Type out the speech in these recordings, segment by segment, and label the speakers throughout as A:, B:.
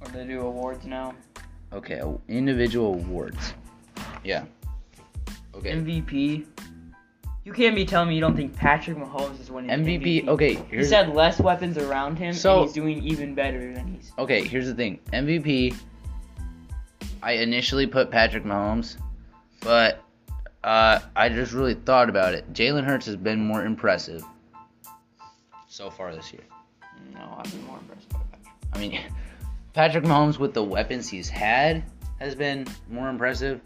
A: Or they do awards now.
B: Okay, a- individual awards. Yeah. Okay.
A: MVP. You can't be telling me you don't think Patrick Mahomes is winning
B: MVP. Okay,
A: He
B: here's
A: said less weapons around him,
B: So-
A: and he's doing even better than he's.
B: okay. Here's the thing. MVP. I initially put Patrick Mahomes, but uh, I just really thought about it. Jalen Hurts has been more impressive so far this year.
A: No, I've been more impressed by Patrick.
B: I mean, Patrick Mahomes with the weapons he's had has been more impressive,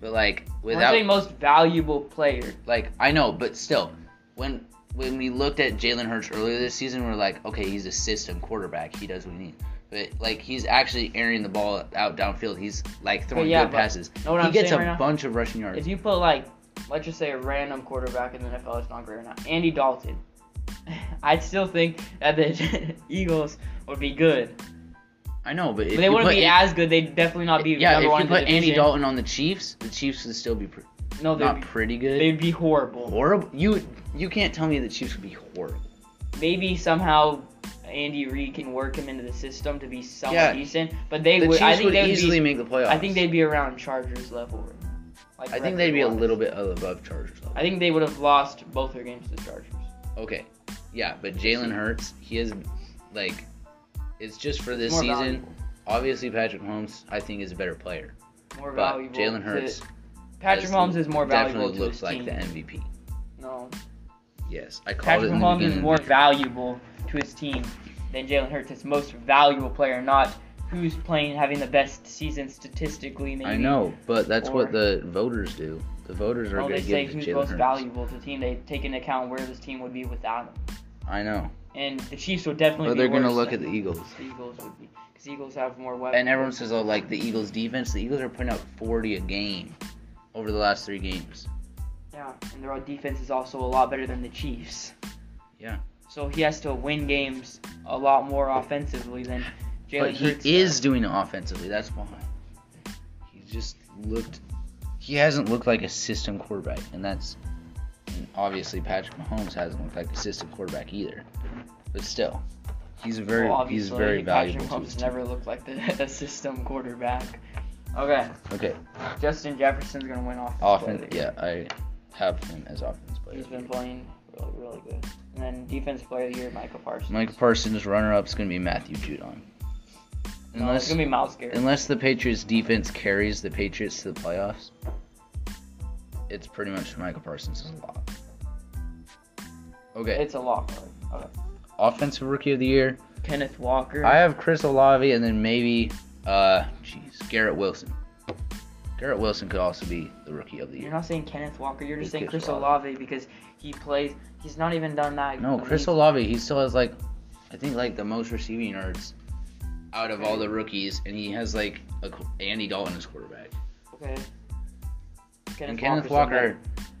B: but like
A: I'm
B: without
A: saying most valuable player.
B: like I know, but still, when when we looked at Jalen Hurts earlier this season, we are like, okay, he's a system quarterback. He does what he needs. But like he's actually airing the ball out downfield. He's like throwing
A: yeah,
B: good
A: but-
B: passes.
A: know what
B: he
A: I'm
B: gets a
A: saying right now?
B: bunch of rushing yards.
A: If you put like, let's just say a random quarterback in the NFL, it's not great or not. Andy Dalton. I still think that the Eagles would be good,
B: I know, but, if
A: but they
B: you
A: wouldn't
B: put,
A: be as good. They'd definitely not be
B: yeah.
A: number
B: If
A: one
B: you
A: in the
B: put Andy
A: division.
B: Dalton on the Chiefs, the Chiefs would still be pr-
A: no, they'd
B: not
A: be,
B: pretty good.
A: they'd be horrible.
B: horrible. You you can't tell me the Chiefs would be horrible.
A: Maybe somehow Andy Reid can work him into the system to be somewhat
B: Yeah.
A: decent, but they
B: the
A: would.
B: Chiefs
A: I think
B: would
A: they would
B: easily
A: be.
B: make the playoffs.
A: I think they'd be around Chargers level. right now, Like
B: I think they'd be a
A: record-wise.
B: little bit above Chargers. Level.
A: I think they would have lost both their games to the Chargers.
B: Okay. Yeah, but Jalen Hurts, he is like it's just for this
A: More
B: season.
A: valuable.
B: Obviously Patrick Mahomes I think is a better player.
A: More
B: But
A: valuable.
B: Jalen
A: to-
B: Hurts
A: Patrick
B: has-
A: Mahomes is more valuable
B: definitely
A: to
B: looks
A: his
B: like
A: team.
B: the MVP.
A: No,
B: Yes. I called
A: Patrick
B: it
A: Mahomes
B: in the
A: is
B: beginning.
A: more valuable to his team than Jalen Hurts. His most valuable player, not who's playing having the best season statistically. Maybe.
B: I know, but that's
A: Or-
B: what the voters do. The voters are
A: No,
B: going
A: they
B: to
A: say
B: give
A: who's
B: Jalen
A: most
B: Hurts.
A: valuable to the team. They take into account where this team would be without him.
B: I know,
A: And the Chiefs would definitely.
B: but
A: be
B: they're going to
A: worse
B: look at
A: than
B: the Eagles.
A: the Eagles would be because Eagles have more weapons.
B: And everyone says, "Oh, like the Eagles' defense. The Eagles are putting up 40 a game over the last three games."
A: Yeah, and their defense is also a lot better than the Chiefs.
B: Yeah.
A: So he has to win games a lot more offensively than Jalen
B: but he
A: Hurts
B: is
A: does.
B: doing it offensively. That's why. He just looked. He hasn't looked like a system quarterback, and that's and obviously Patrick Mahomes hasn't looked like a system quarterback either. But still, he's very
A: Well,
B: he's
A: obviously,
B: very valuable
A: Patrick
B: to
A: Mahomes
B: his team.
A: never looked like the, the system quarterback. Okay,
B: Okay,
A: Justin Jefferson's gonna win offense.
B: offense.
A: player.
B: Yeah, I have him as offense player.
A: He's
B: of the
A: been
B: year.
A: playing really, really good. And then defense player of the year, Michael Parsons.
B: Mike Parsons' runner-up is going to be Matthew Judon.
A: No, it's
B: Unless
A: gonna be Miles Garrett.
B: unless the Patriots defense carries the Patriots to the playoffs, it's pretty much Michael Parsons is a lot. Okay,
A: It's a lock. Right? Okay.
B: offensive rookie of the year.
A: Kenneth Walker.
B: I have Chris Olave and then maybe uh jeez, Garrett Wilson. Garrett Wilson could also be the rookie of the
A: You're
B: year.
A: not saying Kenneth Walker. You're just
B: It's
A: saying
B: Chris
A: Chris Olave because he plays. He's not even done that.
B: No,
A: I
B: Chris
A: mean,
B: Olave, he still has like I think like the most receiving yards out of all the rookies and he has like a, qu- Andy Dalton as quarterback.
A: Okay.
B: and Kenneth Walker,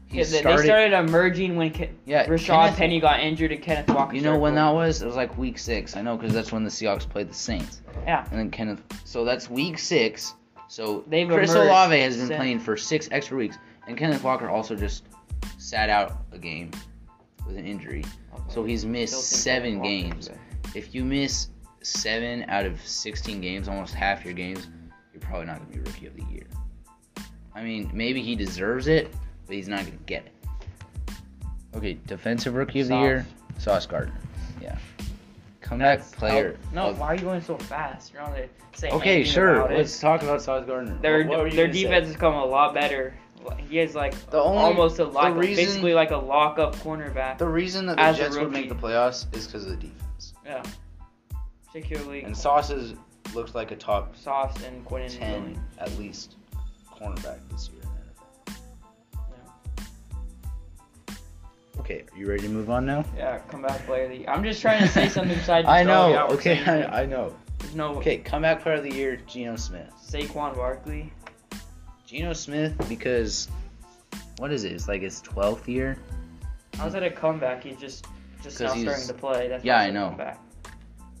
B: he
A: Yeah, they,
B: started
A: they started emerging when Ke-
B: Yeah,
A: Rashad
B: Kenneth-
A: Penny got injured and Kenneth Walker.
B: You know when that was? It was like week six. I know because that's when the Seahawks played the Saints.
A: Yeah.
B: And then Kenneth. So that's week six. So
A: They've
B: Chris
A: emerged
B: Olave has been
A: since-
B: playing for six extra weeks, and Kenneth Walker also just sat out a game with an injury.
A: started.
B: So he's missed seven games. If you miss seven out of sixteen games, almost half your games, you're probably not gonna be rookie of the year. I mean, maybe he deserves it, but he's not gonna get it. Okay, defensive rookie of the
A: Sauce.
B: year, Sauce Gardner. Yeah, comeback player.
A: No,
B: of-
A: why are you going so fast? You're not gonna say
B: Okay,
A: anything
B: sure.
A: about it.
B: Let's talk about Sauce Gardner.
A: Their
B: What were you
A: their
B: gonna say?
A: defense has come a lot better. He is like
B: The only-
A: almost a lock,
B: reason-
A: basically like a lockup cornerback.
B: The reason that
A: As
B: the
A: a
B: Jets would
A: rookie.
B: make the playoffs is because of the defense.
A: yeah, particularly
B: And Sauce is, looks like a top
A: Sauce and Quinn and Williams.
B: ten at least cornerback this year. in the NFL. Okay, are you ready to move on now?
A: Yeah, comeback player of the year. I'm just trying to say something besides.
B: I
A: Dolly
B: know.
A: Alton.
B: Okay, I, I know.
A: There's no
B: Okay, comeback player of the year, Geno Smith.
A: Saquon Barkley.
B: Geno Smith because what is it? It's like his twelfth year.
A: How's that a comeback? He's just just now
B: 'Cause he's-
A: starting to play. That's
B: Yeah,
A: not
B: I
A: a
B: know.
A: Comeback.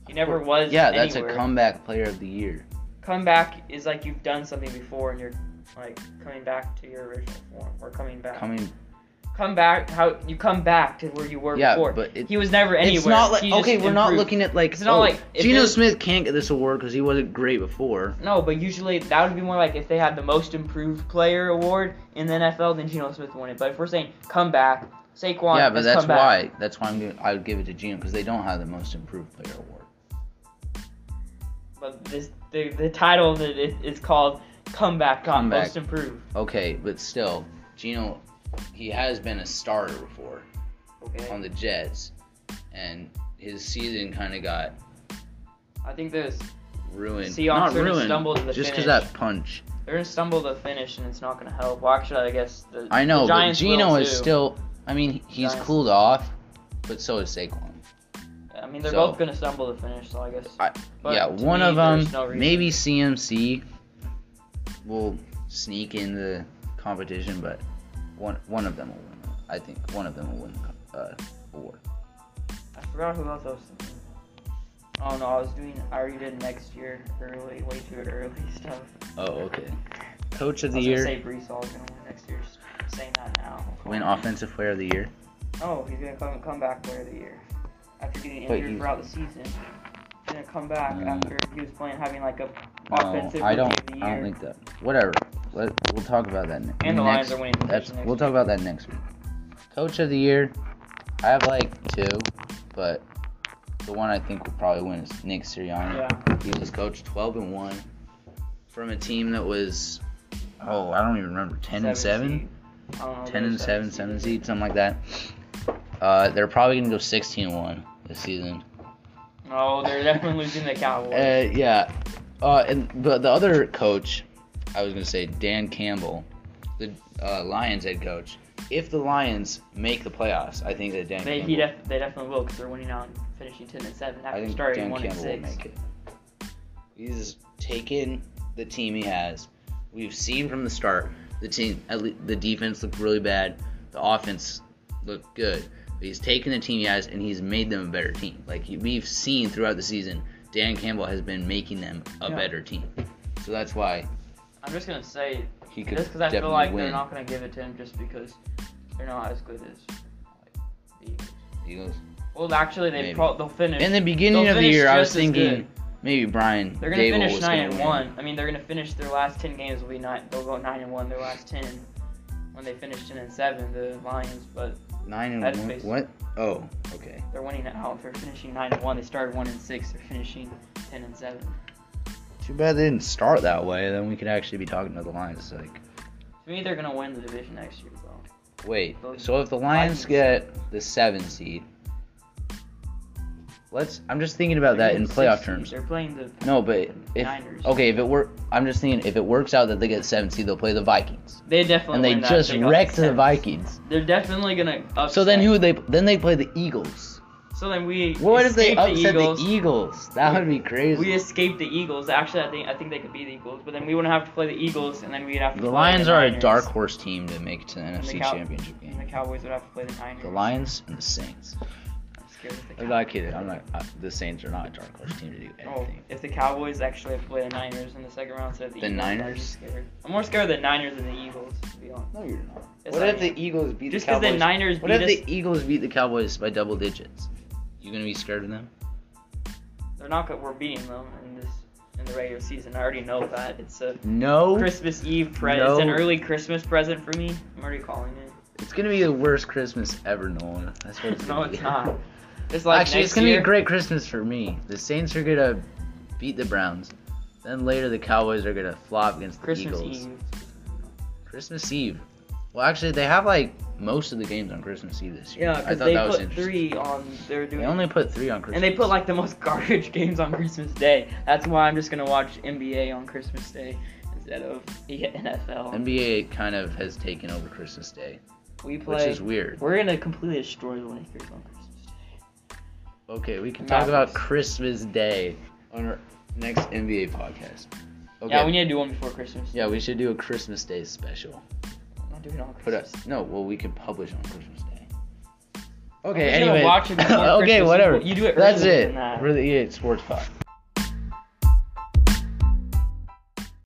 A: He never was.
B: Yeah, that's
A: anywhere.
B: a comeback player of the year.
A: Comeback is like you've done something before and you're like coming back to your original form or coming back.
B: Coming
A: come back how you come back to where you were
B: Yeah,
A: before.
B: but it-
A: he was never anywhere.
B: It's not like
A: He just
B: okay, we're not
A: improved.
B: looking at like
A: It's not
B: oh,
A: like- if
B: Geno
A: there's-
B: Smith can't get this award because he wasn't great before.
A: No, but usually that would be more like if they had the most improved player award in the NFL, then Geno Smith won it. But if we're saying come back, Saquon,
B: yeah, but
A: let's
B: that's
A: come back.
B: why that's why I'm gonna, I would give it to Geno because they don't have the most improved player award.
A: But this the, the title of it is is called comeback, not
B: Comeback.
A: most improved.
B: Okay, but still, Geno, he has been a starter before
A: Okay.
B: on the Jets, and his season kind of got
A: I think there's
B: ruined.
A: Seahawks
B: not
A: sort of
B: ruined,
A: stumbled to the
B: just because
A: finish.
B: that punch.
A: they're gonna stumble to finish and it's not gonna help. Well, actually, I guess the
B: I know,
A: the
B: but
A: Giants
B: Geno
A: will,
B: is
A: too.
B: still. I mean, he's
A: Giants.
B: cooled off, but so is Saquon.
A: I mean, they're
B: so-
A: both gonna stumble to finish, so I guess.
B: I-
A: But
B: yeah,
A: to
B: one
A: me,
B: of them,
A: there's no reason.
B: maybe CMC will sneak in the competition, but one one of them will win. I think one of them will win the uh, award.
A: I forgot who else I was thinking. Oh no, I was doing. I already did next year early, way too early stuff.
B: Oh, okay. Coach of
A: I
B: the
A: was
B: year,
A: gonna say Brees Hall's gonna win next year. just Saying that now.
B: win offensive player of the year.
A: Oh, he's gonna come come back player of the year after getting
B: Wait,
A: injured
B: he's-
A: throughout the season. He's gonna come back
B: Mm.
A: after he was playing, having like a
B: No,
A: offensive
B: I don't.
A: rookie of the year.
B: I don't think that. Whatever. Let, we'll talk about that ne-
A: And the Lions
B: next.
A: are winning the
B: that's,
A: division next
B: we'll talk about that next week. Coach of the year, I have like two, but the one I think will probably win is Nick Sirianni.
A: Yeah.
B: He was coach 12 and 1 from a team that was, oh, I don't even remember, 10 and 7?
A: seed. I don't know,
B: 10
A: they're
B: and 7, 7
A: seed.
B: seed, something like that. Uh, they're probably going to go 16 and 1 this season.
A: No, Oh, they're definitely losing the Cowboys.
B: Uh, yeah. Uh, and but the other coach, I was going to say Dan Campbell, the uh, Lions head coach. If the Lions make the playoffs, I think that Dan
A: they, he
B: Campbell,
A: def- they definitely will because they're winning out and finishing 10 and 7
B: I
A: after
B: think
A: starting
B: Dan
A: 1
B: Campbell will
A: and 6.
B: make it. He's taken the team he has. We've seen from the start the team, at le- the defense looked really bad, the offense looked good. But he's taken the team he has and he's made them a better team. Like he- we've seen throughout the season, Dan Campbell has been making them a
A: Yeah.
B: better team. So that's why
A: I'm just going to say,
B: he could
A: just because I
B: definitely
A: feel like
B: win.
A: they're not going to give it to him just because they're not as good as like, the Eagles.
B: Eagles.
A: Well, actually, they
B: Maybe.
A: pro- they'll finish.
B: In the beginning
A: They'll
B: of the
A: finish
B: year, I was
A: just as
B: thinking
A: good.
B: maybe Brian
A: they're going to
B: Dable
A: finish
B: was
A: 9
B: gonna
A: and
B: win.
A: 1. I mean, they're going to finish their last 10 games will be 9. They'll go 9 and 1 their last 10 when they finish 10 and 7, the Lions, but
B: Nine and
A: That's
B: one.
A: basic.
B: What? Oh, okay.
A: they're winning it out. They're finishing 9 and 1. They started 1 and 6. They're finishing 10 and 7.
B: Too bad they didn't start that way. Then we could actually be talking to the Lions. Like,
A: To me, they're going to win the division next year, though.
B: wait.
A: Those
B: So if the Lions
A: Lions.
B: get the seven seed, let's. I'm just thinking about that in playoff terms.
A: They're playing the
B: No, but if
A: Niners.
B: okay, if it were, I'm just thinking if it works out that they get seven seed, they'll play the Vikings,
A: They definitely
B: and they
A: win that.
B: just
A: got
B: wrecked the
A: upset.
B: Vikings.
A: They're definitely gonna upset.
B: So then who would they? Then they play the Eagles.
A: So then we.
B: What if they
A: escape the
B: upset
A: Eagles?
B: the Eagles? That would be crazy.
A: We escaped the Eagles. Actually, I think I think they could be the Eagles, but then we wouldn't have to play the Eagles, and then we'd have to.
B: The
A: play
B: Lions
A: the
B: are a
A: Niners,
B: dark horse team to make it to the
A: and the
B: NFC
A: Cow-
B: Championship game.
A: And the Cowboys would have to play the Niners.
B: The Lions and the Saints.
A: I'm scared of the
B: I'm
A: Cowboys.
B: not kidding. I'm not. I, the Saints are not a dark horse team to do
A: Oh,
B: anything.
A: if the Cowboys actually have to play the Niners in the second round instead of the,
B: The
A: Eagles, I'd be
B: Niners?
A: scared. I'm more scared of the Niners than the Eagles, to be honest.
B: No, you're not.
A: Yes,
B: what
A: I
B: if
A: am.
B: the Eagles beat
A: Just
B: the
A: because
B: Cowboys?
A: the Niners
B: what
A: beat
B: if
A: us,
B: the Eagles beat the Cowboys by double digits? You gonna be scared of them?
A: they're not. Gonna, we're beating them in this in the regular season. I already know that. It's a
B: No.
A: Christmas Eve present.
B: No.
A: It's an early Christmas present for me. I'm already calling it.
B: It's gonna be the worst Christmas ever, Nolan. That's what it's
A: no,
B: gonna be.
A: it's not. It's like
B: Actually,
A: next
B: it's gonna
A: year.
B: be a great Christmas for me. The Saints are gonna beat the Browns. Then later, the Cowboys are gonna flop against the
A: Christmas
B: Eagles.
A: Eve.
B: Christmas Eve. Well, actually, they have like most of the games on Christmas Eve this year.
A: Yeah,
B: I
A: because
B: thought
A: they
B: that was
A: put
B: interesting.
A: three on. They're doing.
B: They only put three on Christmas.
A: and they put like the most garbage games on Christmas Day. That's why I'm just gonna watch NBA on Christmas Day instead of the NFL.
B: NBA kind of has taken over Christmas Day,
A: we
B: which
A: play.
B: is weird.
A: We're gonna completely destroy the Lakers on Christmas Day.
B: Okay, we can
A: Mavericks.
B: talk about Christmas Day on our next NBA podcast. Okay.
A: Yeah, we need to do one before Christmas.
B: Yeah, we should do a Christmas Day special.
A: I'm not doing it on Christmas.
B: Put up no, well we can publish on Christmas Day.
A: You
B: Okay,
A: gotta
B: anyway.
A: watch it before
B: okay,
A: Christmas.
B: whatever.
A: You do it
B: That's
A: earlier
B: it.
A: than that.
B: Really, yeah, it's sports talk.